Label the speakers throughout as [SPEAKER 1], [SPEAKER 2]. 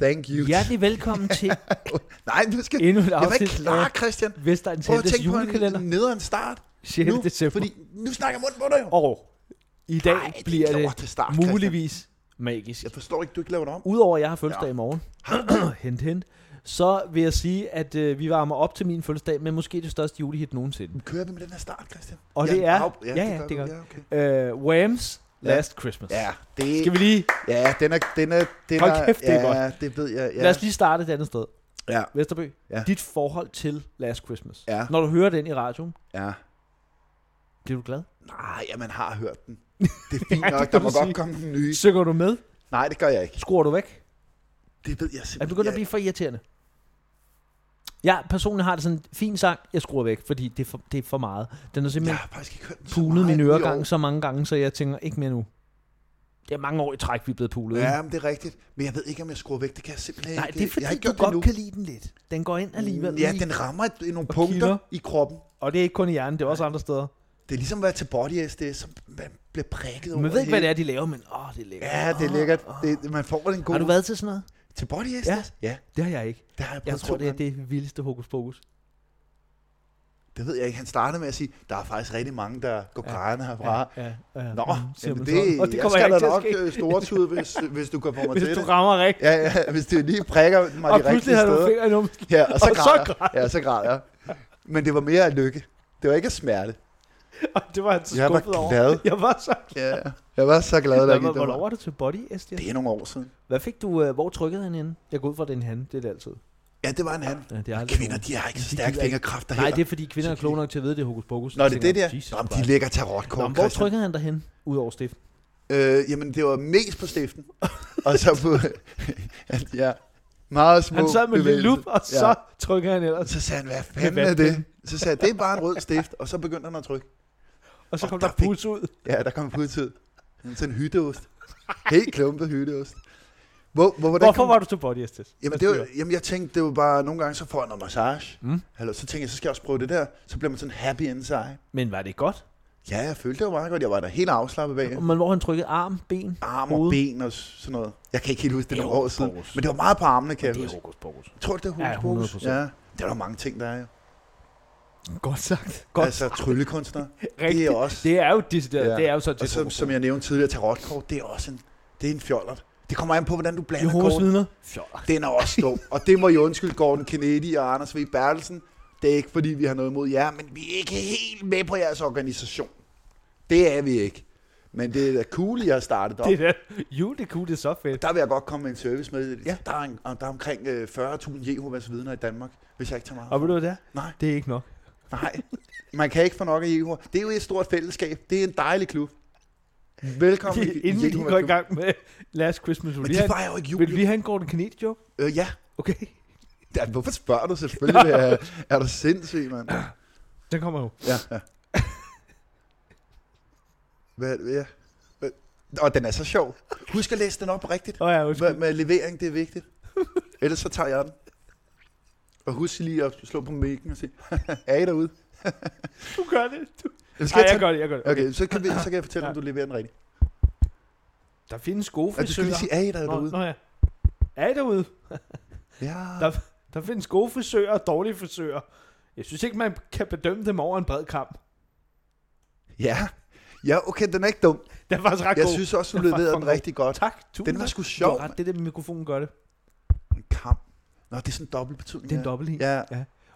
[SPEAKER 1] Thank you.
[SPEAKER 2] Hjertelig velkommen til
[SPEAKER 1] Nej, nu skal
[SPEAKER 2] endnu et
[SPEAKER 1] jeg var
[SPEAKER 2] afsnit
[SPEAKER 1] ikke klar, Christian.
[SPEAKER 2] af Vestegn
[SPEAKER 1] Prøv at
[SPEAKER 2] Teltes
[SPEAKER 1] tænke på en-
[SPEAKER 2] julekalender
[SPEAKER 1] en nederen start.
[SPEAKER 2] 6.
[SPEAKER 1] nu,
[SPEAKER 2] december.
[SPEAKER 1] Fordi nu snakker jeg munden på dig jo.
[SPEAKER 2] Og i dag
[SPEAKER 1] Ej, det er en
[SPEAKER 2] bliver det
[SPEAKER 1] lortestart, Christian.
[SPEAKER 2] muligvis magisk.
[SPEAKER 1] Jeg forstår ikke, du ikke laver det om.
[SPEAKER 2] Udover at jeg har fødselsdag
[SPEAKER 1] Ja.
[SPEAKER 2] i morgen, hent, hent, så vil jeg sige, at øh, vi varmer op til min fødselsdag med måske det største julehit nogensinde.
[SPEAKER 1] Kører vi med den her start, Christian?
[SPEAKER 2] Og det er-
[SPEAKER 1] af-
[SPEAKER 2] ja, ja, det
[SPEAKER 1] du.
[SPEAKER 2] gør vi.
[SPEAKER 1] Ja, okay.
[SPEAKER 2] Øh, Whams Last Christmas.
[SPEAKER 1] ja, det
[SPEAKER 2] Skal vi lige,
[SPEAKER 1] Ja, den er... Den er den
[SPEAKER 2] Hold
[SPEAKER 1] er,
[SPEAKER 2] kæft, det er
[SPEAKER 1] ja,
[SPEAKER 2] godt.
[SPEAKER 1] det ved jeg. Ja.
[SPEAKER 2] lad os lige starte et andet sted.
[SPEAKER 1] Ja,
[SPEAKER 2] Vesterbø,
[SPEAKER 1] Ja.
[SPEAKER 2] dit forhold til Last Christmas.
[SPEAKER 1] ja,
[SPEAKER 2] Når du hører den i radioen,
[SPEAKER 1] ja.
[SPEAKER 2] bliver du glad?
[SPEAKER 1] Nej, ja, man har hørt den. Det er fint
[SPEAKER 2] Ja, det
[SPEAKER 1] nok,
[SPEAKER 2] kan
[SPEAKER 1] der
[SPEAKER 2] du
[SPEAKER 1] må
[SPEAKER 2] sige.
[SPEAKER 1] godt komme den nye.
[SPEAKER 2] Synger du med?
[SPEAKER 1] Nej, det gør jeg ikke.
[SPEAKER 2] Skruer du væk?
[SPEAKER 1] Det ved jeg
[SPEAKER 2] Er du
[SPEAKER 1] simpelthen.
[SPEAKER 2] begyndt at
[SPEAKER 1] jeg-
[SPEAKER 2] blive for irriterende? Jeg personligt har det sådan en fin sang, jeg skruer væk, fordi det er for, det er for meget. Den er
[SPEAKER 1] Jeg
[SPEAKER 2] simpelthen
[SPEAKER 1] har faktisk ikke hørt den så
[SPEAKER 2] pulet
[SPEAKER 1] meget
[SPEAKER 2] min
[SPEAKER 1] i år.
[SPEAKER 2] øregang så mange gange, så jeg tænker, ikke mere nu. Det er mange år i træk, vi er blevet pulet. ikke?
[SPEAKER 1] Ja, men det er rigtigt. Men jeg ved ikke, om jeg skruer væk. Det kan jeg simpelthen
[SPEAKER 2] Nej,
[SPEAKER 1] ikke.
[SPEAKER 2] det er fordi,
[SPEAKER 1] jeg har ikke
[SPEAKER 2] du
[SPEAKER 1] gjort det
[SPEAKER 2] godt
[SPEAKER 1] endnu.
[SPEAKER 2] kan lide den lidt. Den går ind alligevel.
[SPEAKER 1] Ja,
[SPEAKER 2] lige.
[SPEAKER 1] den rammer et- nogle
[SPEAKER 2] Og
[SPEAKER 1] punkter
[SPEAKER 2] kilder.
[SPEAKER 1] i kroppen.
[SPEAKER 2] Og det er ikke kun i hjernen, det er også andre steder.
[SPEAKER 1] Det er ligesom at være til body SDS, som man bliver prikket over.
[SPEAKER 2] Man ved ikke, hvad
[SPEAKER 1] hele-
[SPEAKER 2] det er, de laver, men åh, det er lækkert.
[SPEAKER 1] Ja, det er
[SPEAKER 2] Åh,
[SPEAKER 1] lækkert.
[SPEAKER 2] åh.
[SPEAKER 1] Det, man får den gode.
[SPEAKER 2] Har du været til sådan noget?
[SPEAKER 1] Til body SDS?
[SPEAKER 2] Ja.
[SPEAKER 1] ja.
[SPEAKER 2] Det har jeg ikke.
[SPEAKER 1] Det har jeg,
[SPEAKER 2] Jeg
[SPEAKER 1] prøvet
[SPEAKER 2] tror,
[SPEAKER 1] to
[SPEAKER 2] det er
[SPEAKER 1] gange.
[SPEAKER 2] det vildeste hokus pokus.
[SPEAKER 1] det ved jeg ikke. Han startede med at sige, der er faktisk rigtig mange, der går ja. grædende herfra. Ja.
[SPEAKER 2] ja, ja.
[SPEAKER 1] Nå,
[SPEAKER 2] Mm, siger
[SPEAKER 1] jamen
[SPEAKER 2] man
[SPEAKER 1] det,
[SPEAKER 2] så. og det
[SPEAKER 1] jeg
[SPEAKER 2] kommer
[SPEAKER 1] skal
[SPEAKER 2] jeg,
[SPEAKER 1] da
[SPEAKER 2] ikke
[SPEAKER 1] nok
[SPEAKER 2] til at ske,
[SPEAKER 1] øh, stortude, hvis, hvis du kan få mig
[SPEAKER 2] hvis
[SPEAKER 1] til
[SPEAKER 2] du
[SPEAKER 1] det.
[SPEAKER 2] rammer rigtigt.
[SPEAKER 1] Ja, ja, hvis det lige prikker mig
[SPEAKER 2] Og
[SPEAKER 1] de rigtige
[SPEAKER 2] pludselig har du
[SPEAKER 1] steder.
[SPEAKER 2] fingeren om.
[SPEAKER 1] Ja, og så,
[SPEAKER 2] Og så
[SPEAKER 1] græder.
[SPEAKER 2] græder
[SPEAKER 1] jeg. Ja, så græder jeg. Men det var mere af lykke. Det var ikke af smerte.
[SPEAKER 2] Og det var han så
[SPEAKER 1] Jeg var
[SPEAKER 2] skuffet over.
[SPEAKER 1] glad.
[SPEAKER 2] Jeg var så
[SPEAKER 1] Ja, jeg var så glad, der
[SPEAKER 2] glad.
[SPEAKER 1] ikke det
[SPEAKER 2] Hvornår
[SPEAKER 1] var.
[SPEAKER 2] var du til Body SD?
[SPEAKER 1] Det er nogle år siden.
[SPEAKER 2] Hvad fik du, øh, hvor trykkede han hende? Jeg går ud fra, det er en han, det er det altid.
[SPEAKER 1] Ja, det var en han.
[SPEAKER 2] Ja, det er aldrig
[SPEAKER 1] Kvinder,
[SPEAKER 2] nogen.
[SPEAKER 1] de har ikke så
[SPEAKER 2] De
[SPEAKER 1] stærke
[SPEAKER 2] gider ikke.
[SPEAKER 1] fingerkræfter
[SPEAKER 2] Nej,
[SPEAKER 1] her.
[SPEAKER 2] det er fordi kvinder er kloge nok til at vide, det er hokus pokus.
[SPEAKER 1] Nå, det er
[SPEAKER 2] Tænker,
[SPEAKER 1] det der.
[SPEAKER 2] Jesus
[SPEAKER 1] Nå, men de
[SPEAKER 2] Christ.
[SPEAKER 1] lægger
[SPEAKER 2] Nå,
[SPEAKER 1] tarotkort,
[SPEAKER 2] men hvor
[SPEAKER 1] Christian.
[SPEAKER 2] trykkede han derhen, udover Steffen?
[SPEAKER 1] Øh, jamen, det var mest på stiften. og så på... at ja, meget små
[SPEAKER 2] Han sad med en lille
[SPEAKER 1] bevægelser.
[SPEAKER 2] lup, og så trykkede han
[SPEAKER 1] Og
[SPEAKER 2] ellers.
[SPEAKER 1] så sagde han, hvad fanden
[SPEAKER 2] Med
[SPEAKER 1] er det? Så sagde jeg, det er bare en rød stift. Og så begyndte han at trykke.
[SPEAKER 2] Og så
[SPEAKER 1] Og
[SPEAKER 2] kom
[SPEAKER 1] der
[SPEAKER 2] der
[SPEAKER 1] fik-
[SPEAKER 2] puls ud.
[SPEAKER 1] Ja, der kom pudtid. Sådan en hytteost. Helt klumpet hytteost. Hvor, hvor, hvordan
[SPEAKER 2] Hvorfor
[SPEAKER 1] kom-
[SPEAKER 2] var du til Body Estes?
[SPEAKER 1] Jamen, det var, jamen, jeg tænkte, det var bare, nogle gange så får jeg noget massage.
[SPEAKER 2] Mm.
[SPEAKER 1] Mm. Eller, så tænkte jeg, så skal jeg også prøve det der. Så bliver man sådan happy inside.
[SPEAKER 2] Men var det godt?
[SPEAKER 1] Ja, jeg følte det var meget godt. Jeg var da helt afslappet bag.
[SPEAKER 2] Men hvor han trykkede arm, ben?
[SPEAKER 1] Arm
[SPEAKER 2] Hoved.
[SPEAKER 1] og ben og s- sådan noget. Jeg kan ikke helt huske det,
[SPEAKER 2] Det
[SPEAKER 1] det
[SPEAKER 2] er
[SPEAKER 1] nogle år
[SPEAKER 2] hokus
[SPEAKER 1] siden.
[SPEAKER 2] pokus.
[SPEAKER 1] Men det var meget på armene, kan jeg
[SPEAKER 2] det er
[SPEAKER 1] huske.
[SPEAKER 2] hokus pokus.
[SPEAKER 1] Tror du, det
[SPEAKER 2] Ja,
[SPEAKER 1] er hokus?
[SPEAKER 2] 100%.
[SPEAKER 1] Ja, ja, det er der mange ting, der er jo.
[SPEAKER 2] Godt sagt.
[SPEAKER 1] Godt.
[SPEAKER 2] Godt
[SPEAKER 1] Altså, tryllekunstner. det
[SPEAKER 2] Rigtigt.
[SPEAKER 1] er også.
[SPEAKER 2] Det er jo decideret.
[SPEAKER 1] Ja.
[SPEAKER 2] Det er jo så til
[SPEAKER 1] og som, som jeg nævnte tidligere, tarotkort, det er også en, det er en fjollert. Det kommer an på, hvordan du blander
[SPEAKER 2] Jehovas
[SPEAKER 1] kortene.
[SPEAKER 2] vidner.
[SPEAKER 1] Den er også dum. og det må I undskylde Gordon Kennedy og Anders V. Bertelsen. Det er ikke, fordi vi har noget mod jer, men vi er ikke helt med på jeres organisation. Det er vi ikke. Men det er da cool, I har startet op.
[SPEAKER 2] Det er da- jo, det er cool, det er så fedt.
[SPEAKER 1] Der vil jeg godt komme med en service med.
[SPEAKER 2] Ja.
[SPEAKER 1] Ja. Der, er en, og der er omkring øh, 40.000 Jehovas vidner i Danmark, hvis jeg ikke tager meget.
[SPEAKER 2] Og ved du hvad det er?
[SPEAKER 1] Nej.
[SPEAKER 2] Det er ikke nok.
[SPEAKER 1] Nej, man kan ikke få nok af Jehova. Det er jo et stort fællesskab. Det er en dejlig klub. Velkommen i
[SPEAKER 2] Inden vi lige
[SPEAKER 1] Jehova
[SPEAKER 2] går i
[SPEAKER 1] klub.
[SPEAKER 2] gang med Last Christmas, vil
[SPEAKER 1] Men
[SPEAKER 2] vi
[SPEAKER 1] de
[SPEAKER 2] have,
[SPEAKER 1] fejrer jo ikke jul.
[SPEAKER 2] vil vi have en Gordon Kennedy joke?
[SPEAKER 1] Øh, ja.
[SPEAKER 2] Okay,
[SPEAKER 1] ja. Hvorfor spørger du selvfølgelig? er, er du sindssyg, mand?
[SPEAKER 2] den kommer jo.
[SPEAKER 1] Ja, ja. Hvad, ja. Hvad- Og den er så sjov. Husk at læse den op rigtigt.
[SPEAKER 2] Åh oh, ja,
[SPEAKER 1] Med,
[SPEAKER 2] undskyld.
[SPEAKER 1] med levering, det er vigtigt. Ellers så tager jeg den. Og husk lige at slå på mækken og sige, er I derude?
[SPEAKER 2] Du gør det. Du...
[SPEAKER 1] Jamen,
[SPEAKER 2] Ej,
[SPEAKER 1] jeg
[SPEAKER 2] jeg gør det, jeg gør det.
[SPEAKER 1] Okay, så kan, vi, så kan jeg fortælle, om du leverer den rigtigt.
[SPEAKER 2] Der findes gode
[SPEAKER 1] Og du skal
[SPEAKER 2] frisører.
[SPEAKER 1] lige sige, er I der
[SPEAKER 2] nå,
[SPEAKER 1] derude?
[SPEAKER 2] nå, ja. Er I derude?
[SPEAKER 1] Ja.
[SPEAKER 2] Der findes gode frisører og dårlige frisører. Jeg synes ikke, man kan bedømme dem over en bred kamp.
[SPEAKER 1] Ja. Ja, okay, den er ikke dum.
[SPEAKER 2] Den var faktisk ret
[SPEAKER 1] Jeg
[SPEAKER 2] god.
[SPEAKER 1] synes også, du
[SPEAKER 2] Den var
[SPEAKER 1] leverede den
[SPEAKER 2] fucking god.
[SPEAKER 1] rigtig godt.
[SPEAKER 2] Tak, tusind
[SPEAKER 1] Den var
[SPEAKER 2] tak.
[SPEAKER 1] sgu
[SPEAKER 2] Du har
[SPEAKER 1] sjov.
[SPEAKER 2] ret, det der mikrofonen gør det.
[SPEAKER 1] mand. En kamp. Nå, det er sådan en dobbelt betydning.
[SPEAKER 2] Det er en
[SPEAKER 1] ja.
[SPEAKER 2] dobbelt E. en.
[SPEAKER 1] Ja.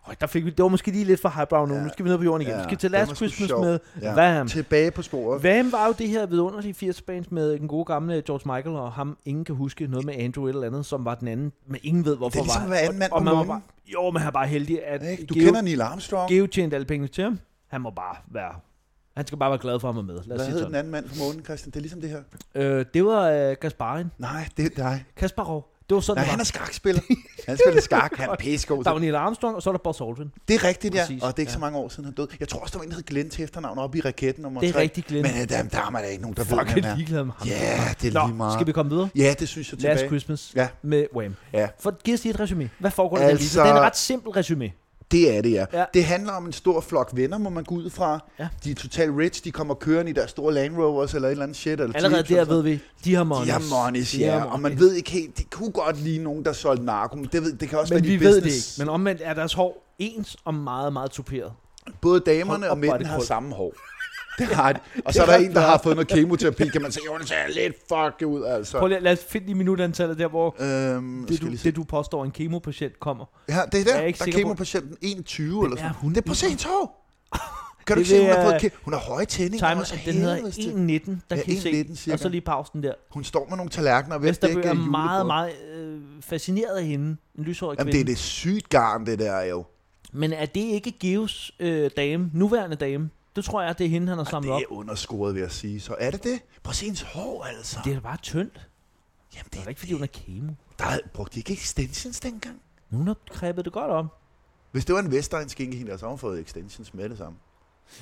[SPEAKER 2] Høj, der fik vi, det var måske lige lidt for highbrow nu. Ja.
[SPEAKER 1] Ja.
[SPEAKER 2] Nu skal vi ned på jorden igen. Ja.
[SPEAKER 1] Ja,
[SPEAKER 2] Vi skal til
[SPEAKER 1] den var
[SPEAKER 2] Last
[SPEAKER 1] sgu
[SPEAKER 2] Christmas
[SPEAKER 1] sjov.
[SPEAKER 2] med ja.
[SPEAKER 1] Ja.
[SPEAKER 2] Vam.
[SPEAKER 1] Tilbage på sporet.
[SPEAKER 2] Vam var jo det her vidunderlige 80'er band med den gode gamle George Michael og ham, ingen kan huske noget med Andrew et eller andet, som var den anden, men ingen ved hvorfor
[SPEAKER 1] Det er ligesom
[SPEAKER 2] var.
[SPEAKER 1] at være anden mand
[SPEAKER 2] og
[SPEAKER 1] på
[SPEAKER 2] man var
[SPEAKER 1] månen.
[SPEAKER 2] bare, jo, men han er bare heldig, at
[SPEAKER 1] Ikke? Du
[SPEAKER 2] Geo,
[SPEAKER 1] kender Neil Armstrong.
[SPEAKER 2] Geo tjente alle pengene til ham. Han må bare være, han skal bare være glad for, at han var med. Lad os
[SPEAKER 1] Hvad
[SPEAKER 2] sige
[SPEAKER 1] hed den
[SPEAKER 2] sådan.
[SPEAKER 1] anden mand på månen, Christian? Det er ligesom det her.
[SPEAKER 2] Øh, det var øh, Gasparin.
[SPEAKER 1] Nej, det er dig.
[SPEAKER 2] Kasparov. Det var sådan,
[SPEAKER 1] Nej,
[SPEAKER 2] det
[SPEAKER 1] han
[SPEAKER 2] var.
[SPEAKER 1] er skakspiller. Han spiller skak. Han er pissegod.
[SPEAKER 2] Der var Neil Armstrong, og så er der Buzz Aldrin.
[SPEAKER 1] Det er rigtigt, ja.
[SPEAKER 2] Præcis,
[SPEAKER 1] Og det er ikke
[SPEAKER 2] ja.
[SPEAKER 1] så mange år siden, han døde. Jeg tror også, der var en, der hed Glenn til efternavn oppe i raketten nummer
[SPEAKER 2] Det er
[SPEAKER 1] 3.
[SPEAKER 2] rigtig Glenn.
[SPEAKER 1] Men øh, der, der er man da ikke nogen, der ved,
[SPEAKER 2] Fuck,
[SPEAKER 1] hvem
[SPEAKER 2] jeg er
[SPEAKER 1] han er.
[SPEAKER 2] ligeglad med ham.
[SPEAKER 1] Ja, det er lige
[SPEAKER 2] Nå,
[SPEAKER 1] meget.
[SPEAKER 2] skal vi komme videre?
[SPEAKER 1] Ja, det synes jeg
[SPEAKER 2] Last
[SPEAKER 1] tilbage.
[SPEAKER 2] Christmas
[SPEAKER 1] Ja.
[SPEAKER 2] med Wham.
[SPEAKER 1] Ja.
[SPEAKER 2] For, giv os lige et resume. Hvad foregår altså, der?
[SPEAKER 1] Altså-
[SPEAKER 2] lige? Så Det er en ret simpel resume.
[SPEAKER 1] Det er det, ja.
[SPEAKER 2] Ja.
[SPEAKER 1] ja. Det handler om en stor flok venner, må man gå ud fra.
[SPEAKER 2] Ja.
[SPEAKER 1] De er totalt rich, de kommer kørende i deres store Land Rovers eller et eller andet shit. Eller
[SPEAKER 2] Allerede
[SPEAKER 1] Jeeps eller
[SPEAKER 2] der
[SPEAKER 1] sådan
[SPEAKER 2] ved vi, de har monies.
[SPEAKER 1] De har monies,
[SPEAKER 2] De har
[SPEAKER 1] ja, og man
[SPEAKER 2] monies.
[SPEAKER 1] ved ikke helt, det kunne godt lige nogen, der solgte narko, men det, ved, det kan også
[SPEAKER 2] Men
[SPEAKER 1] være
[SPEAKER 2] vi
[SPEAKER 1] de
[SPEAKER 2] ved det ikke.
[SPEAKER 1] business.
[SPEAKER 2] Men omvendt er deres hår ens og meget, meget tuperet.
[SPEAKER 1] Både
[SPEAKER 2] Hold
[SPEAKER 1] damerne
[SPEAKER 2] op,
[SPEAKER 1] og
[SPEAKER 2] hvor er det
[SPEAKER 1] mændene har
[SPEAKER 2] koldt.
[SPEAKER 1] samme hår. Det har de. Og så er der en, der har fået noget kemoterapi, kan man sige, jo, det ser lidt fuck ud, altså.
[SPEAKER 2] Prøv lige, lad os finde lige minutantallet der, hvor
[SPEAKER 1] Øhm,
[SPEAKER 2] det
[SPEAKER 1] skal
[SPEAKER 2] du,
[SPEAKER 1] lige se.
[SPEAKER 2] det, du påstår, en kemopatient kommer.
[SPEAKER 1] Ja, det er
[SPEAKER 2] Jeg er
[SPEAKER 1] der.
[SPEAKER 2] ikke
[SPEAKER 1] Der er
[SPEAKER 2] sikker på-
[SPEAKER 1] kemopatienten 21 eller sådan.
[SPEAKER 2] er hun
[SPEAKER 1] det er på
[SPEAKER 2] egentlig?
[SPEAKER 1] sin tår. Kan du ikke
[SPEAKER 2] Det
[SPEAKER 1] se, hun har
[SPEAKER 2] vil,
[SPEAKER 1] fået ke- Hun har høje tændinger.
[SPEAKER 2] Timer,
[SPEAKER 1] også,
[SPEAKER 2] den hedder
[SPEAKER 1] helvedes til.
[SPEAKER 2] 1.19, der
[SPEAKER 1] Ja,
[SPEAKER 2] kan I se.
[SPEAKER 1] 1.19 cirka.
[SPEAKER 2] Og så lige pausen der.
[SPEAKER 1] Hun står med nogle tallerkener og ved at
[SPEAKER 2] Vesterbø
[SPEAKER 1] dække
[SPEAKER 2] er meget,
[SPEAKER 1] julebordet.
[SPEAKER 2] meget øh, fascineret af hende. En lyshårig kvinde.
[SPEAKER 1] Jamen, det er det sygt garn, det der jo.
[SPEAKER 2] Men er det ikke Geos øh, dame, nuværende dame? Det tror jeg, det er hende, han har samlet
[SPEAKER 1] Det
[SPEAKER 2] op.
[SPEAKER 1] er underscoret, vil jeg sige. Så er det det? Prøv at se hendes hår, altså.
[SPEAKER 2] Det er da bare tyndt.
[SPEAKER 1] Jamen,
[SPEAKER 2] Det
[SPEAKER 1] det
[SPEAKER 2] er da ikke, fordi hun er kemo.
[SPEAKER 1] Der havde- brugte de ikke extensions dengang.
[SPEAKER 2] Men Hun har kræbet det godt om.
[SPEAKER 1] Hvis det var en Vestegn skinkehinde, så havde hun fået extensions med det samme.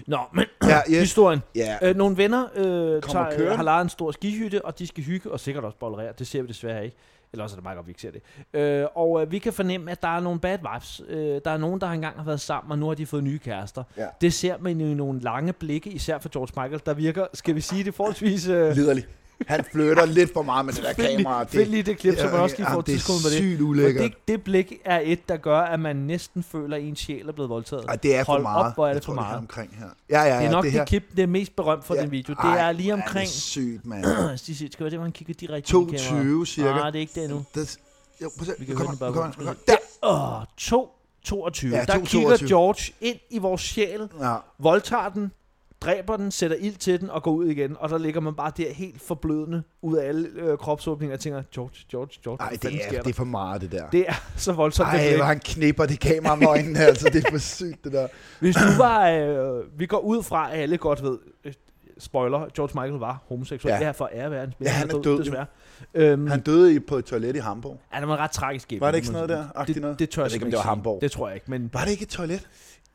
[SPEAKER 2] Nå, men
[SPEAKER 1] Ja, yes.
[SPEAKER 2] historien.
[SPEAKER 1] Ja,
[SPEAKER 2] Øh, nogle venner øh, tager, øh,
[SPEAKER 1] kørende.
[SPEAKER 2] har lejet en stor skihytte, og de skal hygge og sikkert også bollerere. Det ser vi desværre ikke. Eller også er det meget godt, vi ikke ser det. Øh, og øh, vi kan fornemme, at der er nogle bad vibes. Øh, der er nogen, der engang har været sammen, og nu har de fået nye kærester.
[SPEAKER 1] Ja.
[SPEAKER 2] Det ser man jo i nogle lange blikke, især for George Michael, der virker, skal vi sige det forholdsvis... Øh,
[SPEAKER 1] liderlig. Han flytter lidt for meget med det der kamera.
[SPEAKER 2] Find lige det klip, så man
[SPEAKER 1] Ja,
[SPEAKER 2] også lige får
[SPEAKER 1] jamen,
[SPEAKER 2] et tidspunkt på
[SPEAKER 1] Det er
[SPEAKER 2] det.
[SPEAKER 1] sygt
[SPEAKER 2] For
[SPEAKER 1] ulækkert.
[SPEAKER 2] det, det blik er et, der gør, at man næsten føler, at ens sjæl er blevet voldtaget.
[SPEAKER 1] Ej, det er for
[SPEAKER 2] Hold
[SPEAKER 1] meget.
[SPEAKER 2] op, hvor er
[SPEAKER 1] Jeg
[SPEAKER 2] det for
[SPEAKER 1] tror,
[SPEAKER 2] meget.
[SPEAKER 1] omkring her. Ja, ja, ja.
[SPEAKER 2] det er nok
[SPEAKER 1] det
[SPEAKER 2] det,
[SPEAKER 1] her.
[SPEAKER 2] det klip, det er mest berømt for ja. den video. Det er lige
[SPEAKER 1] hvor
[SPEAKER 2] omkring...
[SPEAKER 1] Det sygt, mand.
[SPEAKER 2] Er det sygt, skal vi se, hvor han kigger direkte ind i kameraet?
[SPEAKER 1] 22 cirka.
[SPEAKER 2] Nej, det er ikke det endnu.
[SPEAKER 1] Det, jo, prøv at se.
[SPEAKER 2] Vi kan
[SPEAKER 1] Nu kommer
[SPEAKER 2] høre
[SPEAKER 1] han,
[SPEAKER 2] den
[SPEAKER 1] nu
[SPEAKER 2] bare
[SPEAKER 1] kommer han, nu kommer han.
[SPEAKER 2] Der! Åh, 2, 22.
[SPEAKER 1] Ja,
[SPEAKER 2] Ja, der
[SPEAKER 1] 2,
[SPEAKER 2] kigger
[SPEAKER 1] 22.
[SPEAKER 2] George ind i vores sjæl,
[SPEAKER 1] Ja,
[SPEAKER 2] voldtager den, dræber den, sætter ild til den og går ud igen. Og der ligger man bare der helt forblødende ud af alle øh, kropsåbninger og tænker, George, George, George,
[SPEAKER 1] Ej,
[SPEAKER 2] hvad
[SPEAKER 1] det
[SPEAKER 2] fanden
[SPEAKER 1] er,
[SPEAKER 2] sker
[SPEAKER 1] det
[SPEAKER 2] der?
[SPEAKER 1] er for meget, det der.
[SPEAKER 2] Det er så voldsomt. det
[SPEAKER 1] Ej,
[SPEAKER 2] blik.
[SPEAKER 1] hvor han knipper det kamera med øjnene, altså. Det er for sygt, det der.
[SPEAKER 2] Hvis du var, øh, vi går ud fra, at alle godt ved, øh, spoiler, George Michael var homoseksuel. Ja.
[SPEAKER 1] Ja.
[SPEAKER 2] Det her for ære være hans men
[SPEAKER 1] Ja, han er død, jo.
[SPEAKER 2] desværre. Øhm,
[SPEAKER 1] Han
[SPEAKER 2] han,
[SPEAKER 1] døde i, på et toilet i Hamburg.
[SPEAKER 2] ja, det var en ret tragisk skæbne.
[SPEAKER 1] Var det ikke
[SPEAKER 2] må
[SPEAKER 1] sådan
[SPEAKER 2] man
[SPEAKER 1] noget
[SPEAKER 2] sige.
[SPEAKER 1] der? Agtigt noget?
[SPEAKER 2] Det, det tør jeg,
[SPEAKER 1] Jeg ved ikke,
[SPEAKER 2] simpelthen
[SPEAKER 1] om det var
[SPEAKER 2] sige.
[SPEAKER 1] Hamborg.
[SPEAKER 2] Det tror jeg ikke, men
[SPEAKER 1] Var det ikke et toilet?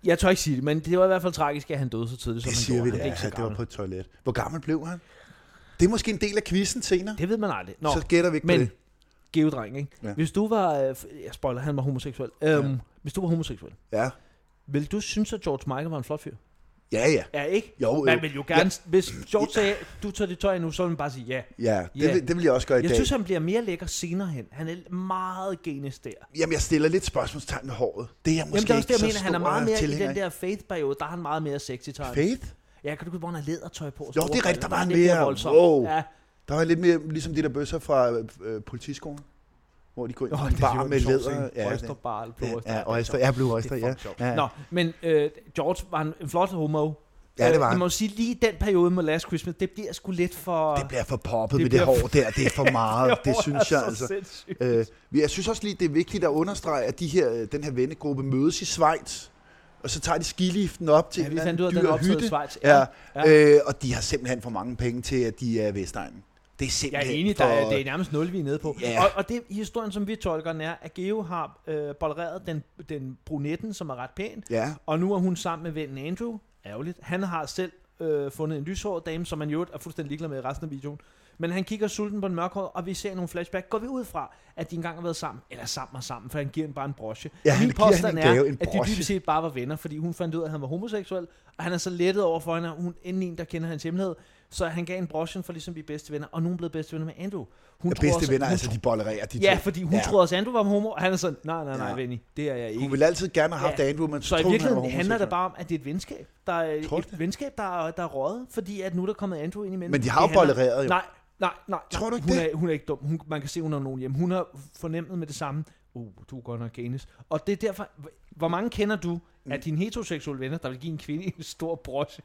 [SPEAKER 2] jeg tør ikke sige det, men det var i hvert fald tragisk, at han døde så tidligt, som
[SPEAKER 1] Det
[SPEAKER 2] han
[SPEAKER 1] siger
[SPEAKER 2] gjorde.
[SPEAKER 1] vi
[SPEAKER 2] Han
[SPEAKER 1] da.
[SPEAKER 2] blev ikke
[SPEAKER 1] Ja,
[SPEAKER 2] så
[SPEAKER 1] det var
[SPEAKER 2] gammel.
[SPEAKER 1] på et toilet. Hvor gammel blev han? Det er måske en del af quizzen senere.
[SPEAKER 2] Det ved man aldrig. Nå,
[SPEAKER 1] Så gætter vi ikke
[SPEAKER 2] men
[SPEAKER 1] på det.
[SPEAKER 2] geodreng, ikke? Ja.
[SPEAKER 1] Ja.
[SPEAKER 2] Hvis du var, øh, f- jeg spoiler, han var homoseksuel. Øhm, ja. Hvis du var homoseksuel,
[SPEAKER 1] Ja,
[SPEAKER 2] ville du synes, at George Michael var en flot fyr?
[SPEAKER 1] ja, ja.
[SPEAKER 2] Ja, ikke?
[SPEAKER 1] Jo, jo.
[SPEAKER 2] Man vil jo gerne, ja. hvis George sagde, du tager dit tøj af nu, så vil man bare sige ja.
[SPEAKER 1] Ja, det,
[SPEAKER 2] Ja.
[SPEAKER 1] vil, det vil jeg også gøre i
[SPEAKER 2] Jeg
[SPEAKER 1] dag.
[SPEAKER 2] synes, han bliver mere lækker senere hen. Han er meget genisk der. Måske
[SPEAKER 1] Jamen, jeg stiller lidt spørgsmålstegn med håret. Det er jeg måske
[SPEAKER 2] Jamen, det er også
[SPEAKER 1] ikke
[SPEAKER 2] det, jeg
[SPEAKER 1] så
[SPEAKER 2] mener. Han er
[SPEAKER 1] stor øh,
[SPEAKER 2] meget mere i
[SPEAKER 1] tilhænger
[SPEAKER 2] den
[SPEAKER 1] af.
[SPEAKER 2] der faith-periode. Der er han meget mere sexy tøj.
[SPEAKER 1] Faith?
[SPEAKER 2] Ja, kan du huske, hvor han har lædertøj på?
[SPEAKER 1] Jo, det er rigtigt. Der var han mere.
[SPEAKER 2] voldsom.
[SPEAKER 1] Wow.
[SPEAKER 2] Ja,
[SPEAKER 1] Der var lidt mere ligesom de der bøsser fra øh, øh, politiskolen, hvor de går ind
[SPEAKER 2] Nå,
[SPEAKER 1] oh,
[SPEAKER 2] det
[SPEAKER 1] i
[SPEAKER 2] er
[SPEAKER 1] en
[SPEAKER 2] jo
[SPEAKER 1] bar
[SPEAKER 2] en
[SPEAKER 1] med
[SPEAKER 2] sjov
[SPEAKER 1] læder.
[SPEAKER 2] scene.
[SPEAKER 1] Ja,
[SPEAKER 2] Oyster
[SPEAKER 1] det-
[SPEAKER 2] bar, blå oyster.
[SPEAKER 1] ja, Oyster,
[SPEAKER 2] det er
[SPEAKER 1] ja, Blue
[SPEAKER 2] sjovt.
[SPEAKER 1] Oyster,
[SPEAKER 2] Det er
[SPEAKER 1] ja.
[SPEAKER 2] fucking sjovt.
[SPEAKER 1] ja.
[SPEAKER 2] Nå, men øh, George var en, en flot homo.
[SPEAKER 1] Ja, det
[SPEAKER 2] Øh,
[SPEAKER 1] var
[SPEAKER 2] Jeg
[SPEAKER 1] han.
[SPEAKER 2] må sige, lige den periode med Last Christmas, det bliver sgu lidt for...
[SPEAKER 1] Det bliver for poppet
[SPEAKER 2] Det
[SPEAKER 1] med det
[SPEAKER 2] bliver-
[SPEAKER 1] hår der. Det er for meget. det synes jeg altså.
[SPEAKER 2] altså.
[SPEAKER 1] Øh, men jeg synes også lige, det er vigtigt at understrege, at de her, øh, den her vennegruppe mødes i Schweiz, og så tager de skiliften op til
[SPEAKER 2] Ja,
[SPEAKER 1] en
[SPEAKER 2] vi
[SPEAKER 1] eller
[SPEAKER 2] fandt ud
[SPEAKER 1] anden
[SPEAKER 2] af, at den
[SPEAKER 1] dyr
[SPEAKER 2] er optaget i
[SPEAKER 1] hytte.
[SPEAKER 2] Schweiz.
[SPEAKER 1] Ja,
[SPEAKER 2] Ja.
[SPEAKER 1] ja. Øh, og de har simpelthen for mange penge til, at de er Vestegnen. Det er
[SPEAKER 2] Jeg
[SPEAKER 1] simpelthen
[SPEAKER 2] er enig,
[SPEAKER 1] for...
[SPEAKER 2] der er, det er nærmest nul, vi er nede på.
[SPEAKER 1] Ja.
[SPEAKER 2] Og, og det historien, som vi tolker, den er, at Geo har øh, bollereret den, den brunetten, som er ret pæn,
[SPEAKER 1] Ja,
[SPEAKER 2] og nu er hun sammen med vennen Andrew. Ærgerligt. Han har selv øh, fundet en lyshåret dame, som han jo er fuldstændig ligeglad med i resten af videoen. Men han kigger sulten på den mørkhåret, og vi ser nogle flashback. Går vi ud fra, at de engang har været sammen, eller sammen og sammen, for han giver hende bare en brosje.
[SPEAKER 1] Ja, han
[SPEAKER 2] Min
[SPEAKER 1] giver hende
[SPEAKER 2] påstand
[SPEAKER 1] en
[SPEAKER 2] er,
[SPEAKER 1] gave, en
[SPEAKER 2] at de
[SPEAKER 1] broche.
[SPEAKER 2] dybest set bare var venner, fordi hun fandt ud af, at han var homoseksuel, og han er så lettet over for hende, og hun endelig en, der kender hans hemmelighed. Så han gav en brosje for ligesom at blive bedste venner, og nu er hun blevet bedste venner med Andrew. Hun
[SPEAKER 1] ja,
[SPEAKER 2] tror
[SPEAKER 1] bedste
[SPEAKER 2] også-
[SPEAKER 1] venner,
[SPEAKER 2] hun
[SPEAKER 1] altså
[SPEAKER 2] tror-
[SPEAKER 1] de bollererer de
[SPEAKER 2] Ja,
[SPEAKER 1] to.
[SPEAKER 2] fordi hun ja. troede også, Andrew var homo, og han er sådan, nej, nej, nej,
[SPEAKER 1] Ja.
[SPEAKER 2] ja. Benny, det er jeg ikke.
[SPEAKER 1] Hun ville altid gerne have haft
[SPEAKER 2] Ja.
[SPEAKER 1] Andrew, men
[SPEAKER 2] Så i
[SPEAKER 1] troede hun, han var
[SPEAKER 2] virkeligheden handler det
[SPEAKER 1] homoseksuel.
[SPEAKER 2] bare om, at det er et venskab. Der er
[SPEAKER 1] Tror du
[SPEAKER 2] et
[SPEAKER 1] det?
[SPEAKER 2] venskab, der er, der er røget, fordi at nu er der kommet Andrew ind imellem.
[SPEAKER 1] Men de har jo
[SPEAKER 2] Det handler-
[SPEAKER 1] bollereret jo.
[SPEAKER 2] Nej, nej, nej.
[SPEAKER 1] Tror du ikke
[SPEAKER 2] hun
[SPEAKER 1] det?
[SPEAKER 2] Er, hun er ikke dum. Hun, man kan se, hun har nogen hjemme. Hun har fornemmet med det samme. Uh, du er godt nok genis. Og det er derfor, hvor mange kender du
[SPEAKER 1] Mm.
[SPEAKER 2] af dine heteroseksuelle venner, der vil give en kvinde en stor broche?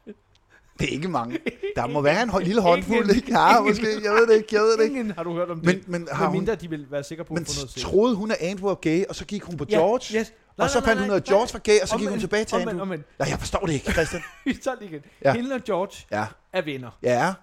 [SPEAKER 1] Det er ikke mange. Der må være en hå- lille håndfuld,
[SPEAKER 2] Ingen.
[SPEAKER 1] ikke? Ja, måske. Jeg ved det ikke, jeg ved det ikke.
[SPEAKER 2] Ingen har du hørt om
[SPEAKER 1] Men,
[SPEAKER 2] det.
[SPEAKER 1] men, har
[SPEAKER 2] Men
[SPEAKER 1] hun,
[SPEAKER 2] mindre de vil være sikre på, at
[SPEAKER 1] men
[SPEAKER 2] få noget sex.
[SPEAKER 1] troede hun, at Andrew var gay, og så gik hun på George,
[SPEAKER 2] Ja, yes. Nej,
[SPEAKER 1] og så
[SPEAKER 2] nej, nej,
[SPEAKER 1] fandt hun ud
[SPEAKER 2] nej,
[SPEAKER 1] af, at George
[SPEAKER 2] nej.
[SPEAKER 1] var gay, og så gik hun
[SPEAKER 2] Omvendt,
[SPEAKER 1] tilbage til
[SPEAKER 2] omvendt,
[SPEAKER 1] Andrew.
[SPEAKER 2] omvendt.
[SPEAKER 1] Nej, jeg forstår det ikke, Christian.
[SPEAKER 2] Vi tager lige igen. Ja.
[SPEAKER 1] Ja.
[SPEAKER 2] Hende og George
[SPEAKER 1] Ja,
[SPEAKER 2] er venner.
[SPEAKER 1] ja.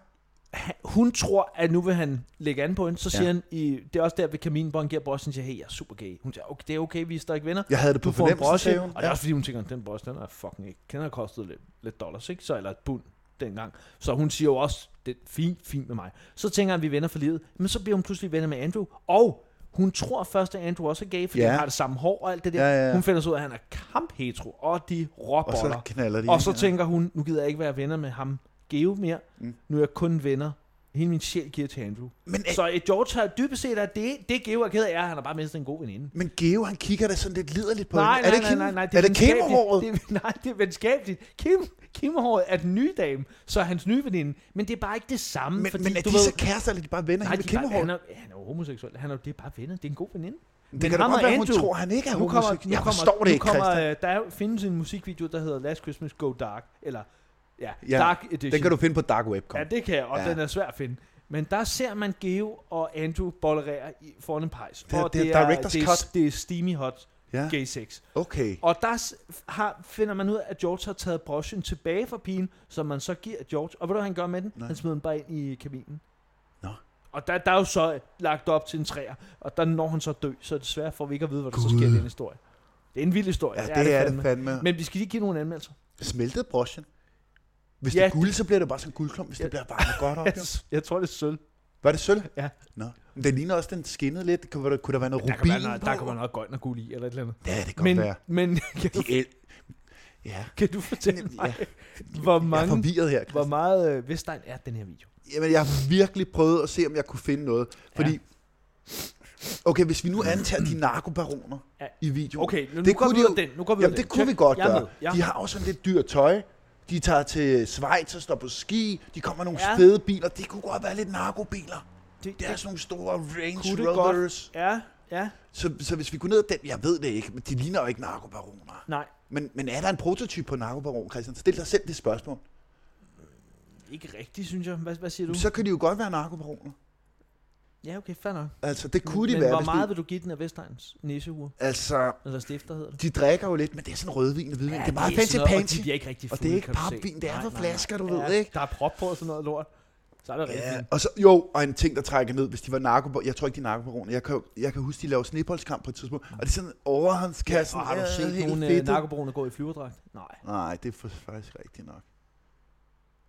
[SPEAKER 2] hun tror, at nu vil han lægge an på hende. Så siger ja.
[SPEAKER 1] Ja.
[SPEAKER 2] han, i, det er også der ved kaminbånd, giver brossen siger, hey, jeg er super gay. Hun siger, okay, det er okay, vi er stadig venner.
[SPEAKER 1] Jeg havde det på
[SPEAKER 2] Du får en
[SPEAKER 1] fornemmelsen,
[SPEAKER 2] brosse,
[SPEAKER 1] sagde
[SPEAKER 2] og
[SPEAKER 1] hun.
[SPEAKER 2] det er også fordi, hun tænker, den brosse, den er fucking ikke. Den har kostet lidt, lidt dollars, ikke? Så, eller et pund dengang. Så hun siger jo også, det er fint, fint med mig. Så tænker han, vi er venner for livet. Men så bliver hun pludselig venner med Andrew, og Hun tror først, at Andrew også er gay, fordi
[SPEAKER 1] Ja.
[SPEAKER 2] ja. han har det samme hår og alt det der.
[SPEAKER 1] Ja, ja, ja.
[SPEAKER 2] Hun finder så ud af, at han er kamp-hetero, og de
[SPEAKER 1] Og
[SPEAKER 2] råboller.
[SPEAKER 1] så knaller de
[SPEAKER 2] Og så
[SPEAKER 1] ind, ja.
[SPEAKER 2] tænker hun, nu gider jeg ikke være venner med ham Geo mere.
[SPEAKER 1] Mm.
[SPEAKER 2] Mm. Nu er jeg kun venner. Hele min sjæl giver til Andrew.
[SPEAKER 1] Men, øh,
[SPEAKER 2] Så øh, George har dybest set, at det, det Geo er ked af, er, at han har bare mistet en god veninde.
[SPEAKER 1] men Geo, han kigger da sådan lidt liderligt på
[SPEAKER 2] Nej,
[SPEAKER 1] hende. er
[SPEAKER 2] nej,
[SPEAKER 1] det ikke
[SPEAKER 2] nej,
[SPEAKER 1] hende?
[SPEAKER 2] nej,
[SPEAKER 1] Er
[SPEAKER 2] nej,
[SPEAKER 1] det
[SPEAKER 2] venskabeligt.
[SPEAKER 1] kemohåret?
[SPEAKER 2] Det, nej, det er venskabeligt. Kim, Kimmerhåret er den nye dame, så er hans nye veninde. Men det er bare ikke det samme,
[SPEAKER 1] Men,
[SPEAKER 2] fordi
[SPEAKER 1] men er
[SPEAKER 2] du
[SPEAKER 1] de
[SPEAKER 2] ved...
[SPEAKER 1] så kærester, eller er de bare venner?
[SPEAKER 2] nej,
[SPEAKER 1] hende
[SPEAKER 2] de
[SPEAKER 1] med
[SPEAKER 2] er bare, han,
[SPEAKER 1] kemohåret?
[SPEAKER 2] er, han er jo homoseksuel. Han er jo det er bare venner. Det er en god veninde.
[SPEAKER 1] Det
[SPEAKER 2] men
[SPEAKER 1] kan da
[SPEAKER 2] ham
[SPEAKER 1] godt
[SPEAKER 2] og
[SPEAKER 1] være, hun
[SPEAKER 2] Andrew-
[SPEAKER 1] tror, han ikke er
[SPEAKER 2] Nu kommer,
[SPEAKER 1] homoseksuel.
[SPEAKER 2] nu
[SPEAKER 1] Jeg
[SPEAKER 2] kommer,
[SPEAKER 1] forstår det
[SPEAKER 2] nu
[SPEAKER 1] ikke,
[SPEAKER 2] kommer,
[SPEAKER 1] Christian.
[SPEAKER 2] øh, Der er- findes en musikvideo, der hedder Last Christmas Go Dark. Eller, ja,
[SPEAKER 1] Ja,
[SPEAKER 2] Dark Edition.
[SPEAKER 1] Den kan du finde på Dark Web, kom.
[SPEAKER 2] Ja, det kan jeg, og
[SPEAKER 1] Ja.
[SPEAKER 2] ja. den er svær at finde. Men der ser man Geo og Andrew bollerere i, foran en pejs.
[SPEAKER 1] Det er-
[SPEAKER 2] og
[SPEAKER 1] det er director's
[SPEAKER 2] det, er,
[SPEAKER 1] cut.
[SPEAKER 2] det er steamy hot
[SPEAKER 1] Ja,
[SPEAKER 2] gay sex.
[SPEAKER 1] okay.
[SPEAKER 2] Og der s- har, finder man ud af, at George har taget broschen tilbage fra pigen, som man så giver George. Og ved du, hvad han gør med den?
[SPEAKER 1] Nej.
[SPEAKER 2] Nej. Han smider den bare ind i kabinen.
[SPEAKER 1] Nå.
[SPEAKER 2] Og der, der er jo så lagt op til en træer, og der når han så dø, så desværre får vi ikke at vide, hvad der så
[SPEAKER 1] Gud.
[SPEAKER 2] sker i den historie. Det er en vild historie.
[SPEAKER 1] Ja, det er det fandme.
[SPEAKER 2] Men vi skal lige give nogle anmeldelser.
[SPEAKER 1] Smeltet broschen. Hvis
[SPEAKER 2] Ja,
[SPEAKER 1] det er guld, så bliver det bare sådan en guldklump, hvis
[SPEAKER 2] Ja.
[SPEAKER 1] det bliver varmet godt op.
[SPEAKER 2] Jeg,
[SPEAKER 1] jo.
[SPEAKER 2] jeg tror, det er sølv.
[SPEAKER 1] Var det sølv?
[SPEAKER 2] Ja.
[SPEAKER 1] Nå. Men den ligner også, den skinnede lidt. Kunne der, kunne der være noget
[SPEAKER 2] Der
[SPEAKER 1] rubin
[SPEAKER 2] kan være noget,
[SPEAKER 1] på?
[SPEAKER 2] der kan være noget grøn og guld i, eller et eller andet.
[SPEAKER 1] Ja, det kan
[SPEAKER 2] men,
[SPEAKER 1] godt være.
[SPEAKER 2] men kan, du,
[SPEAKER 1] De el... Ja.
[SPEAKER 2] kan du fortælle
[SPEAKER 1] Ja.
[SPEAKER 2] mig, hvor
[SPEAKER 1] Jeg er altså.
[SPEAKER 2] mange,
[SPEAKER 1] forvirret her,
[SPEAKER 2] hvor
[SPEAKER 1] Christian.
[SPEAKER 2] meget øh, Vestegn er den her video?
[SPEAKER 1] Jamen, jeg har virkelig prøvet at se, om jeg kunne finde noget. Fordi, okay, hvis vi nu antager de narkobaroner
[SPEAKER 2] Ja.
[SPEAKER 1] i videoen.
[SPEAKER 2] Okay, nu,
[SPEAKER 1] Det
[SPEAKER 2] det nu går
[SPEAKER 1] kunne
[SPEAKER 2] vi
[SPEAKER 1] de
[SPEAKER 2] ud af den. Nu går vi ud af
[SPEAKER 1] Jamen,
[SPEAKER 2] den.
[SPEAKER 1] det kunne
[SPEAKER 2] Check.
[SPEAKER 1] vi godt
[SPEAKER 2] jeg er
[SPEAKER 1] gøre.
[SPEAKER 2] med. Jeg er
[SPEAKER 1] De har også sådan lidt dyrt tøj. De tager til Schweiz og står på ski. De kommer nogle
[SPEAKER 2] Ja.
[SPEAKER 1] fede biler. Det kunne godt være lidt narkobiler.
[SPEAKER 2] Det,
[SPEAKER 1] Det er sådan nogle store Range
[SPEAKER 2] Kunne det godt?
[SPEAKER 1] Rovers.
[SPEAKER 2] Ja, ja,
[SPEAKER 1] Så, så hvis vi går ned ad den, jeg ved det ikke, men de ligner jo ikke narkobaroner.
[SPEAKER 2] nej.
[SPEAKER 1] Men, men er der en prototype på en narkobaron, Christian? Stil dig selv det spørgsmål.
[SPEAKER 2] Ikke rigtigt, synes jeg. Hvad, hvad siger du?
[SPEAKER 1] Så kan de jo godt være narkobaroner.
[SPEAKER 2] Ja, okay, fair nok.
[SPEAKER 1] Altså, det kunne de
[SPEAKER 2] Men
[SPEAKER 1] være.
[SPEAKER 2] hvor
[SPEAKER 1] hvis
[SPEAKER 2] meget
[SPEAKER 1] de,
[SPEAKER 2] vil du give den af Vestegns næsehur?
[SPEAKER 1] Altså,
[SPEAKER 2] Eller stifter hedder det.
[SPEAKER 1] de drikker jo lidt, men det er sådan rødvin og hvidvin. Ja, det er meget
[SPEAKER 2] sådan
[SPEAKER 1] fancy
[SPEAKER 2] noget,
[SPEAKER 1] pansy.
[SPEAKER 2] Og de bliver ikke rigtig
[SPEAKER 1] Og det er
[SPEAKER 2] fulde,
[SPEAKER 1] ikke
[SPEAKER 2] kan du se.
[SPEAKER 1] papvin, det er
[SPEAKER 2] Nej,
[SPEAKER 1] for
[SPEAKER 2] nej, nej.
[SPEAKER 1] flasker, du ved, ikke?
[SPEAKER 2] Der er prop på og sådan noget lort. Så er det rigtigt.
[SPEAKER 1] Ja, og så, jo, og en ting, der trækker ned, hvis de var narkobaroner. Jeg tror ikke, de er narkobaroner. Jeg kan, jo- jeg kan huske, de lavede sneboldkamp på et tidspunkt. Og det er sådan overhåndskassen.
[SPEAKER 2] Og har du
[SPEAKER 1] øh,
[SPEAKER 2] set
[SPEAKER 1] helt
[SPEAKER 2] nogle øh,
[SPEAKER 1] fedtet.
[SPEAKER 2] narkobrugende gå i flyverdragt? Nej.
[SPEAKER 1] Nej, det er for- faktisk rigtigt nok.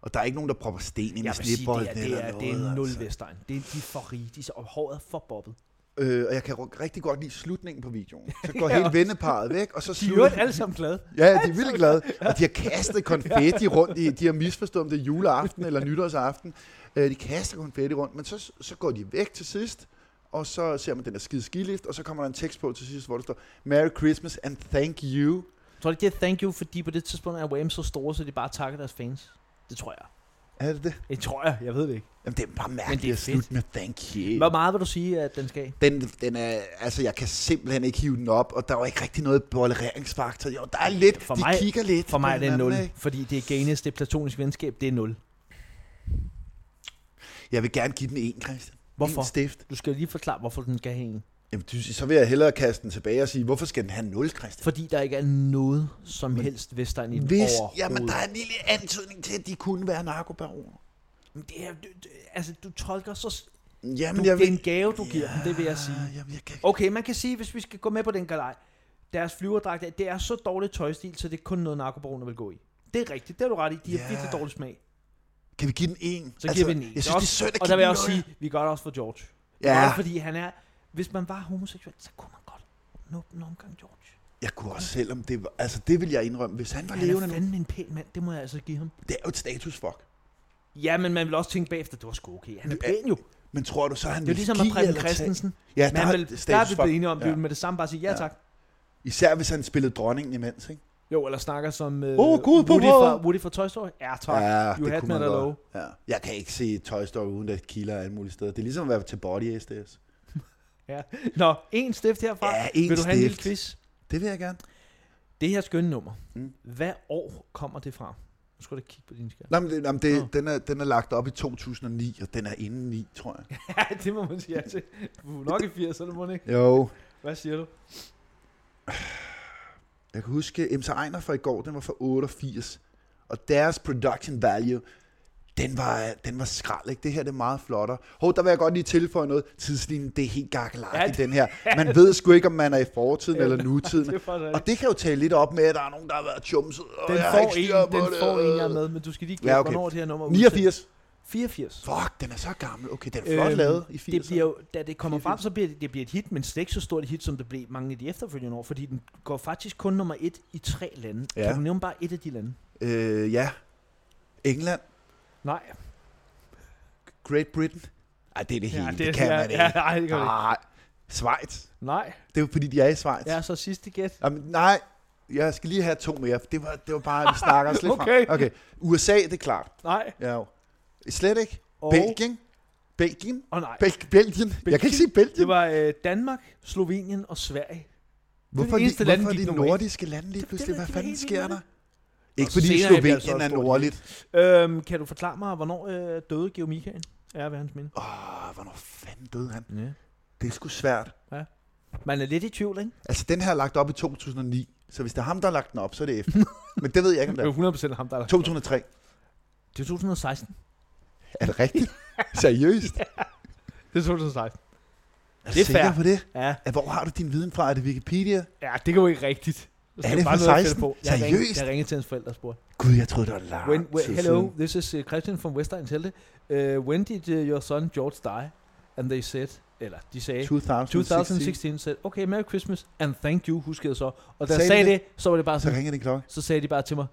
[SPEAKER 1] Og der er ikke nogen, der propper sten ind i
[SPEAKER 2] Jeg vil sige, det
[SPEAKER 1] snebolden
[SPEAKER 2] er, det
[SPEAKER 1] eller
[SPEAKER 2] er,
[SPEAKER 1] noget.
[SPEAKER 2] det er nul
[SPEAKER 1] altså.
[SPEAKER 2] Vestegn. Det er, de er for rige, de er så, og håret er for bobbet.
[SPEAKER 1] Øh, og jeg kan ru- rigtig godt lide slutningen på videoen. Så går
[SPEAKER 2] Ja,
[SPEAKER 1] hele
[SPEAKER 2] og-
[SPEAKER 1] venneparet væk, og så
[SPEAKER 2] De er jo
[SPEAKER 1] slutter...
[SPEAKER 2] alle sammen glade.
[SPEAKER 1] Ja, de er vildt glade. Og de har kastet konfetti rundt. I, de har misforstået, om det er juleaften eller nytårsaften. Øh, de kaster konfetti rundt, men så, så går de væk til sidst. Og så ser man den der skide skilift, og så kommer der en tekst på til sidst, hvor der står Merry Christmas and thank you.
[SPEAKER 2] Tror du ikke, det er thank you, fordi på det tidspunkt er Wham så store, så de bare takker deres fans? Det tror jeg.
[SPEAKER 1] Er det det?
[SPEAKER 2] Det tror jeg, jeg ved det ikke.
[SPEAKER 1] Jamen, det er bare mærkeligt
[SPEAKER 2] det er
[SPEAKER 1] at slutte med thank you.
[SPEAKER 2] Hvor meget vil du sige, at den skal?
[SPEAKER 1] Den, den er, altså, jeg kan simpelthen ikke hive den op, og der var ikke rigtig noget bollereringsfaktor. Jo, der er lidt,
[SPEAKER 2] For
[SPEAKER 1] de
[SPEAKER 2] mig-
[SPEAKER 1] kigger lidt.
[SPEAKER 2] For
[SPEAKER 1] på
[SPEAKER 2] mig er det en
[SPEAKER 1] hinanden,
[SPEAKER 2] 0,
[SPEAKER 1] ikke?
[SPEAKER 2] fordi det er gaines, det er platonisk venskab, det er 0.
[SPEAKER 1] Jeg vil gerne give den en, Christian.
[SPEAKER 2] Hvorfor?
[SPEAKER 1] En stift.
[SPEAKER 2] Du skal lige forklare, hvorfor den skal have en.
[SPEAKER 1] Jamen, du, så vil jeg hellere kaste den tilbage og sige, hvorfor skal den have 0, Christian?
[SPEAKER 2] Fordi der ikke er noget som helst Vestegn i den
[SPEAKER 1] Hvis,
[SPEAKER 2] overhovedet.
[SPEAKER 1] jamen, der er en lille antydning til, at de kunne være narkobaroner.
[SPEAKER 2] Men Det er, du, du, altså, du tolker så... s- Du,
[SPEAKER 1] Jamen,
[SPEAKER 2] det
[SPEAKER 1] jeg
[SPEAKER 2] er
[SPEAKER 1] vil...
[SPEAKER 2] en gave, du giver dem, det vil jeg sige.
[SPEAKER 1] Jamen, jeg kan...
[SPEAKER 2] Okay, man kan sige, hvis vi skal gå med på den galej, deres flyverdragt, er- det er så dårlig tøjstil, så det er kun noget, narkobaroner vil gå i. Det er rigtigt, det har du ret i. De har
[SPEAKER 1] Ja.
[SPEAKER 2] virkelig dårlig smag.
[SPEAKER 1] Kan vi give den en? Altså,
[SPEAKER 2] Så giver vi den en.
[SPEAKER 1] Jeg synes, det er synd at
[SPEAKER 2] Og
[SPEAKER 1] give
[SPEAKER 2] der vil jeg
[SPEAKER 1] den
[SPEAKER 2] også
[SPEAKER 1] nul.
[SPEAKER 2] sige, vi gør det også for George.
[SPEAKER 1] Ja,
[SPEAKER 2] Også fordi han er, hvis man var homoseksuel, så kunne man godt nå en omgang George.
[SPEAKER 1] jeg kunne også selvom det var... Altså, det vil jeg indrømme. Hvis han var
[SPEAKER 2] Han
[SPEAKER 1] levende
[SPEAKER 2] er
[SPEAKER 1] nu,
[SPEAKER 2] fandme en pæn mand, det må jeg altså give ham.
[SPEAKER 1] det er jo et statusfuck.
[SPEAKER 2] Ja, men man vil også tænke bagefter, det var sgu okay. Han er
[SPEAKER 1] Ja,
[SPEAKER 2] pæn jo. Det
[SPEAKER 1] Men tror du så, han
[SPEAKER 2] er jo ligesom med Preben Christensen.
[SPEAKER 1] Ja,
[SPEAKER 2] Men han vil, der er vi blevet enige om,
[SPEAKER 1] ja.
[SPEAKER 2] vi vil med det samme bare sige, ja
[SPEAKER 1] Ja.
[SPEAKER 2] tak.
[SPEAKER 1] Især hvis han spillede dronningen imens, ikke?
[SPEAKER 2] Jo, eller snakker som øh,
[SPEAKER 1] Åh, Gud, på
[SPEAKER 2] Woody,
[SPEAKER 1] brødet.
[SPEAKER 2] fra, Woody fra Toy Story. Ja, tak.
[SPEAKER 1] Ja,
[SPEAKER 2] you had me at low.
[SPEAKER 1] Ja. Jeg kan ikke se Toy Story uden at kilder alle mulige steder. Det er ligesom at være til Body SDS.
[SPEAKER 2] Ja. Nå, en stift herfra.
[SPEAKER 1] Ja, en
[SPEAKER 2] vil du have en lille
[SPEAKER 1] stift.
[SPEAKER 2] quiz?
[SPEAKER 1] Det vil jeg gerne.
[SPEAKER 2] Det her skønne nummer.
[SPEAKER 1] Mm.
[SPEAKER 2] Hvad år kommer det fra? Nu skal du da kigge på din skærm.
[SPEAKER 1] Nå, men, det, nå, men det,
[SPEAKER 2] Nå.
[SPEAKER 1] den, er, den er lagt op i 2009, og den er inden 9, tror jeg.
[SPEAKER 2] Ja, det må man sige ja til. Du er nok i 80'erne, må den ikke?
[SPEAKER 1] Jo.
[SPEAKER 2] Hvad siger du?
[SPEAKER 1] Jeg kan huske, MC Ejner fra i går, den var fra 88. Og deres production value, den var, den var skrald, ikke? Det her det er meget flottere. Hov, der vil jeg godt lige tilføje noget. Tidslinjen, det er helt gakkelagtigt,
[SPEAKER 2] Ja,
[SPEAKER 1] den her. Man ved sgu ikke, om man er i fortiden eller nutiden.
[SPEAKER 2] Det er for
[SPEAKER 1] Og det kan jo tale lidt op med, at der er nogen, der har været chumset. Og
[SPEAKER 2] Den
[SPEAKER 1] jeg har
[SPEAKER 2] får
[SPEAKER 1] ikke
[SPEAKER 2] en,
[SPEAKER 1] styr på
[SPEAKER 2] den
[SPEAKER 1] det.
[SPEAKER 2] får en, jeg er med, men du skal lige gætte,
[SPEAKER 1] Ja,
[SPEAKER 2] ja,
[SPEAKER 1] okay.
[SPEAKER 2] okay. hvornår det her nummer er udsendt.
[SPEAKER 1] 89.
[SPEAKER 2] 84.
[SPEAKER 1] Fuck, den er så gammel. Okay, den er flot øhm, lavet i 80'erne.
[SPEAKER 2] det bliver jo, da det kommer frem,
[SPEAKER 1] 80'erne.
[SPEAKER 2] så bliver det, det bliver et hit, men slet ikke så stort et hit, som det blev mange af de efterfølgende år, fordi den går faktisk kun nummer et i tre lande.
[SPEAKER 1] Ja.
[SPEAKER 2] Ja. Kan du nævne bare et af de lande?
[SPEAKER 1] øh, ja. England,
[SPEAKER 2] Nej.
[SPEAKER 1] Great Britain. Ej, det er det hele. Ja, det, det kan
[SPEAKER 2] ja,
[SPEAKER 1] man ikke.
[SPEAKER 2] Ja, nej, det kan man ikke. Ah.
[SPEAKER 1] Nej, Schweiz.
[SPEAKER 2] Nej.
[SPEAKER 1] Det er jo fordi, de er i Schweiz.
[SPEAKER 2] Ja, så sidste gæt.
[SPEAKER 1] Jamen, nej, jeg skal lige have to mere. for Det var, det var bare, vi snakker os lidt
[SPEAKER 2] Okay.
[SPEAKER 1] fra. Okay. USA, det er klart.
[SPEAKER 2] Nej.
[SPEAKER 1] Ja, jo. Slet ikke.
[SPEAKER 2] Og,
[SPEAKER 1] Belgien. Belgien.
[SPEAKER 2] og nej.
[SPEAKER 1] Bel- Belgien. Jeg kan ikke sige Belgien.
[SPEAKER 2] Det var øh, Danmark, Slovenien og Sverige.
[SPEAKER 1] hvorfor,
[SPEAKER 2] det eneste
[SPEAKER 1] de,
[SPEAKER 2] lande,
[SPEAKER 1] hvorfor
[SPEAKER 2] de
[SPEAKER 1] er de
[SPEAKER 2] gik nummer et.
[SPEAKER 1] nordiske lande lige
[SPEAKER 2] Det-
[SPEAKER 1] pludselig?
[SPEAKER 2] det ved
[SPEAKER 1] Hvad
[SPEAKER 2] jeg
[SPEAKER 1] fanden
[SPEAKER 2] ikke
[SPEAKER 1] sker
[SPEAKER 2] helt,
[SPEAKER 1] der? Ikke
[SPEAKER 2] Og
[SPEAKER 1] fordi
[SPEAKER 2] senere bliver det
[SPEAKER 1] Slovenien
[SPEAKER 2] altså
[SPEAKER 1] er
[SPEAKER 2] også
[SPEAKER 1] nordligt.
[SPEAKER 2] Øhm, kan du forklare mig, hvornår øh, døde Geo Michael? Er hvad hans minde?
[SPEAKER 1] Åh, hvornår fanden døde han?
[SPEAKER 2] Ja.
[SPEAKER 1] Det er sgu svært.
[SPEAKER 2] Man er lidt i tvivl, ikke?
[SPEAKER 1] Altså, den her er lagt op i 2009. Så hvis det er ham, der har lagt den op, så er det efter. Men det ved jeg ikke, om
[SPEAKER 2] Det
[SPEAKER 1] det er.
[SPEAKER 2] er jo 100% ham, der er der.
[SPEAKER 1] 2003.
[SPEAKER 2] Det er 2016.
[SPEAKER 1] Er det rigtigt? Seriøst?
[SPEAKER 2] Det er 2016.
[SPEAKER 1] Er
[SPEAKER 2] Det
[SPEAKER 1] du
[SPEAKER 2] er
[SPEAKER 1] sikker
[SPEAKER 2] fair.
[SPEAKER 1] på det?
[SPEAKER 2] Ja,
[SPEAKER 1] Ja, Hvor har du din viden fra? Er det Wikipedia?
[SPEAKER 2] ja det kan jo ikke rigtigt. Så
[SPEAKER 1] Er det
[SPEAKER 2] bare
[SPEAKER 1] for
[SPEAKER 2] noget at
[SPEAKER 1] 16?
[SPEAKER 2] finde på. Jeg ringede-
[SPEAKER 1] Seriøst? Ah,
[SPEAKER 2] Jeg ringede til hans forældre og spurgte.
[SPEAKER 1] Gud, jeg troede, det var langt
[SPEAKER 2] When, when,
[SPEAKER 1] tid
[SPEAKER 2] hello,
[SPEAKER 1] siden.
[SPEAKER 2] this is uh, Christian from Westegns Helte. Uh, when did uh, your son George die? And they said, eller de sagde,
[SPEAKER 1] 2016.
[SPEAKER 2] 2016 said, okay, Merry Christmas, and thank you, huskede jeg så. Og da jeg
[SPEAKER 1] Sagde
[SPEAKER 2] sagde
[SPEAKER 1] de
[SPEAKER 2] det, så var det bare
[SPEAKER 1] Så
[SPEAKER 2] sådan,
[SPEAKER 1] ringer din klokke.
[SPEAKER 2] så sagde de bare til mig,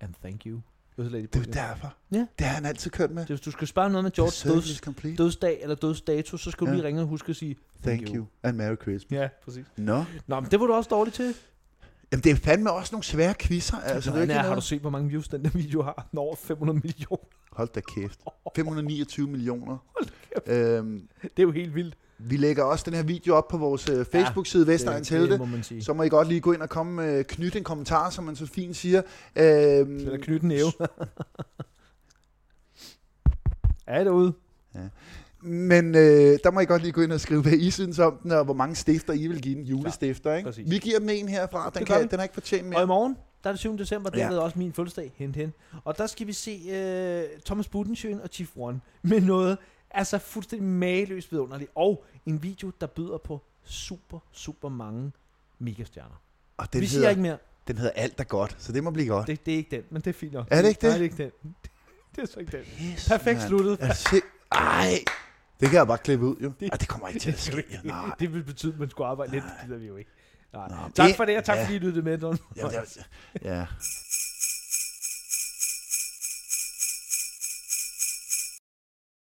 [SPEAKER 2] and thank you. Og så lagde de på
[SPEAKER 1] Det er jo
[SPEAKER 2] igen.
[SPEAKER 1] derfor.
[SPEAKER 2] Ja.
[SPEAKER 1] Det har han altid kørt med.
[SPEAKER 2] Så Hvis du skal spørge om noget med Georges
[SPEAKER 1] The service
[SPEAKER 2] døds,
[SPEAKER 1] is complete.
[SPEAKER 2] dødsdag eller dødsdato, så skal du
[SPEAKER 1] Ja.
[SPEAKER 2] lige ringe og huske at sige, thank,
[SPEAKER 1] Thank you. And Merry Christmas.
[SPEAKER 2] Ja, præcis.
[SPEAKER 1] Nå.
[SPEAKER 2] Nå, men det var du også dårlig til.
[SPEAKER 1] Jamen, det er fandme også nogle svære quizzer. Altså,
[SPEAKER 2] Altså,
[SPEAKER 1] det er
[SPEAKER 2] Nå,
[SPEAKER 1] ikke
[SPEAKER 2] har du
[SPEAKER 1] noget.
[SPEAKER 2] set, hvor mange views den der video har? Den er over 500 millioner.
[SPEAKER 1] Hold da kæft. 529 millioner. Øhm,
[SPEAKER 2] Det er jo helt vildt.
[SPEAKER 1] vi lægger også den her video op på vores øh, Facebook-side, Vestegns
[SPEAKER 2] det,
[SPEAKER 1] Helte.
[SPEAKER 2] det, må man sige.
[SPEAKER 1] Så må I godt lige gå ind og komme med knyt en kommentar, som man så fint siger. Øhm,
[SPEAKER 2] Eller knytte en næve. er I derude?
[SPEAKER 1] men øh, der må I godt lige gå ind og skrive, hvad I synes om den, og hvor mange stifter I vil give den. Julestifter, ikke?
[SPEAKER 2] Præcis.
[SPEAKER 1] Vi giver dem en herfra. Den,
[SPEAKER 2] Det gør
[SPEAKER 1] kan,
[SPEAKER 2] vi.
[SPEAKER 1] den har ikke fortjent
[SPEAKER 2] Og i
[SPEAKER 1] mere.
[SPEAKER 2] morgen, der er det 7. december, det
[SPEAKER 1] Ja.
[SPEAKER 2] er ja. også min fødselsdag, hent hen. Og der skal vi se øh, Thomas Budensjøen og Chief One med noget altså fuldstændig mageløst vidunderligt. Og en video, der byder på super, super mange megastjerner.
[SPEAKER 1] Og
[SPEAKER 2] Den
[SPEAKER 1] den
[SPEAKER 2] vi siger
[SPEAKER 1] hedder,
[SPEAKER 2] ikke mere.
[SPEAKER 1] den hedder Alt er godt, så det må blive godt.
[SPEAKER 2] Det, det er ikke den, men det er fint nok.
[SPEAKER 1] Er det ikke det?
[SPEAKER 2] Nej, det er ikke den. Det er så ikke den.
[SPEAKER 1] Yes,
[SPEAKER 2] Perfekt sluttet.
[SPEAKER 1] Er se- Ej, det kan jeg bare klippe ud, jo.
[SPEAKER 2] Det-
[SPEAKER 1] Ej, det kommer ikke til at ske. jo. Nej.
[SPEAKER 2] det vil betyde, at man skulle arbejde lidt. Det gider vi jo ikke. Nej.
[SPEAKER 1] Nå,
[SPEAKER 2] tak
[SPEAKER 1] det-
[SPEAKER 2] for det, og tak
[SPEAKER 1] ja.
[SPEAKER 2] fordi I lyttede med, Don.
[SPEAKER 1] Jamen, det er- Ja.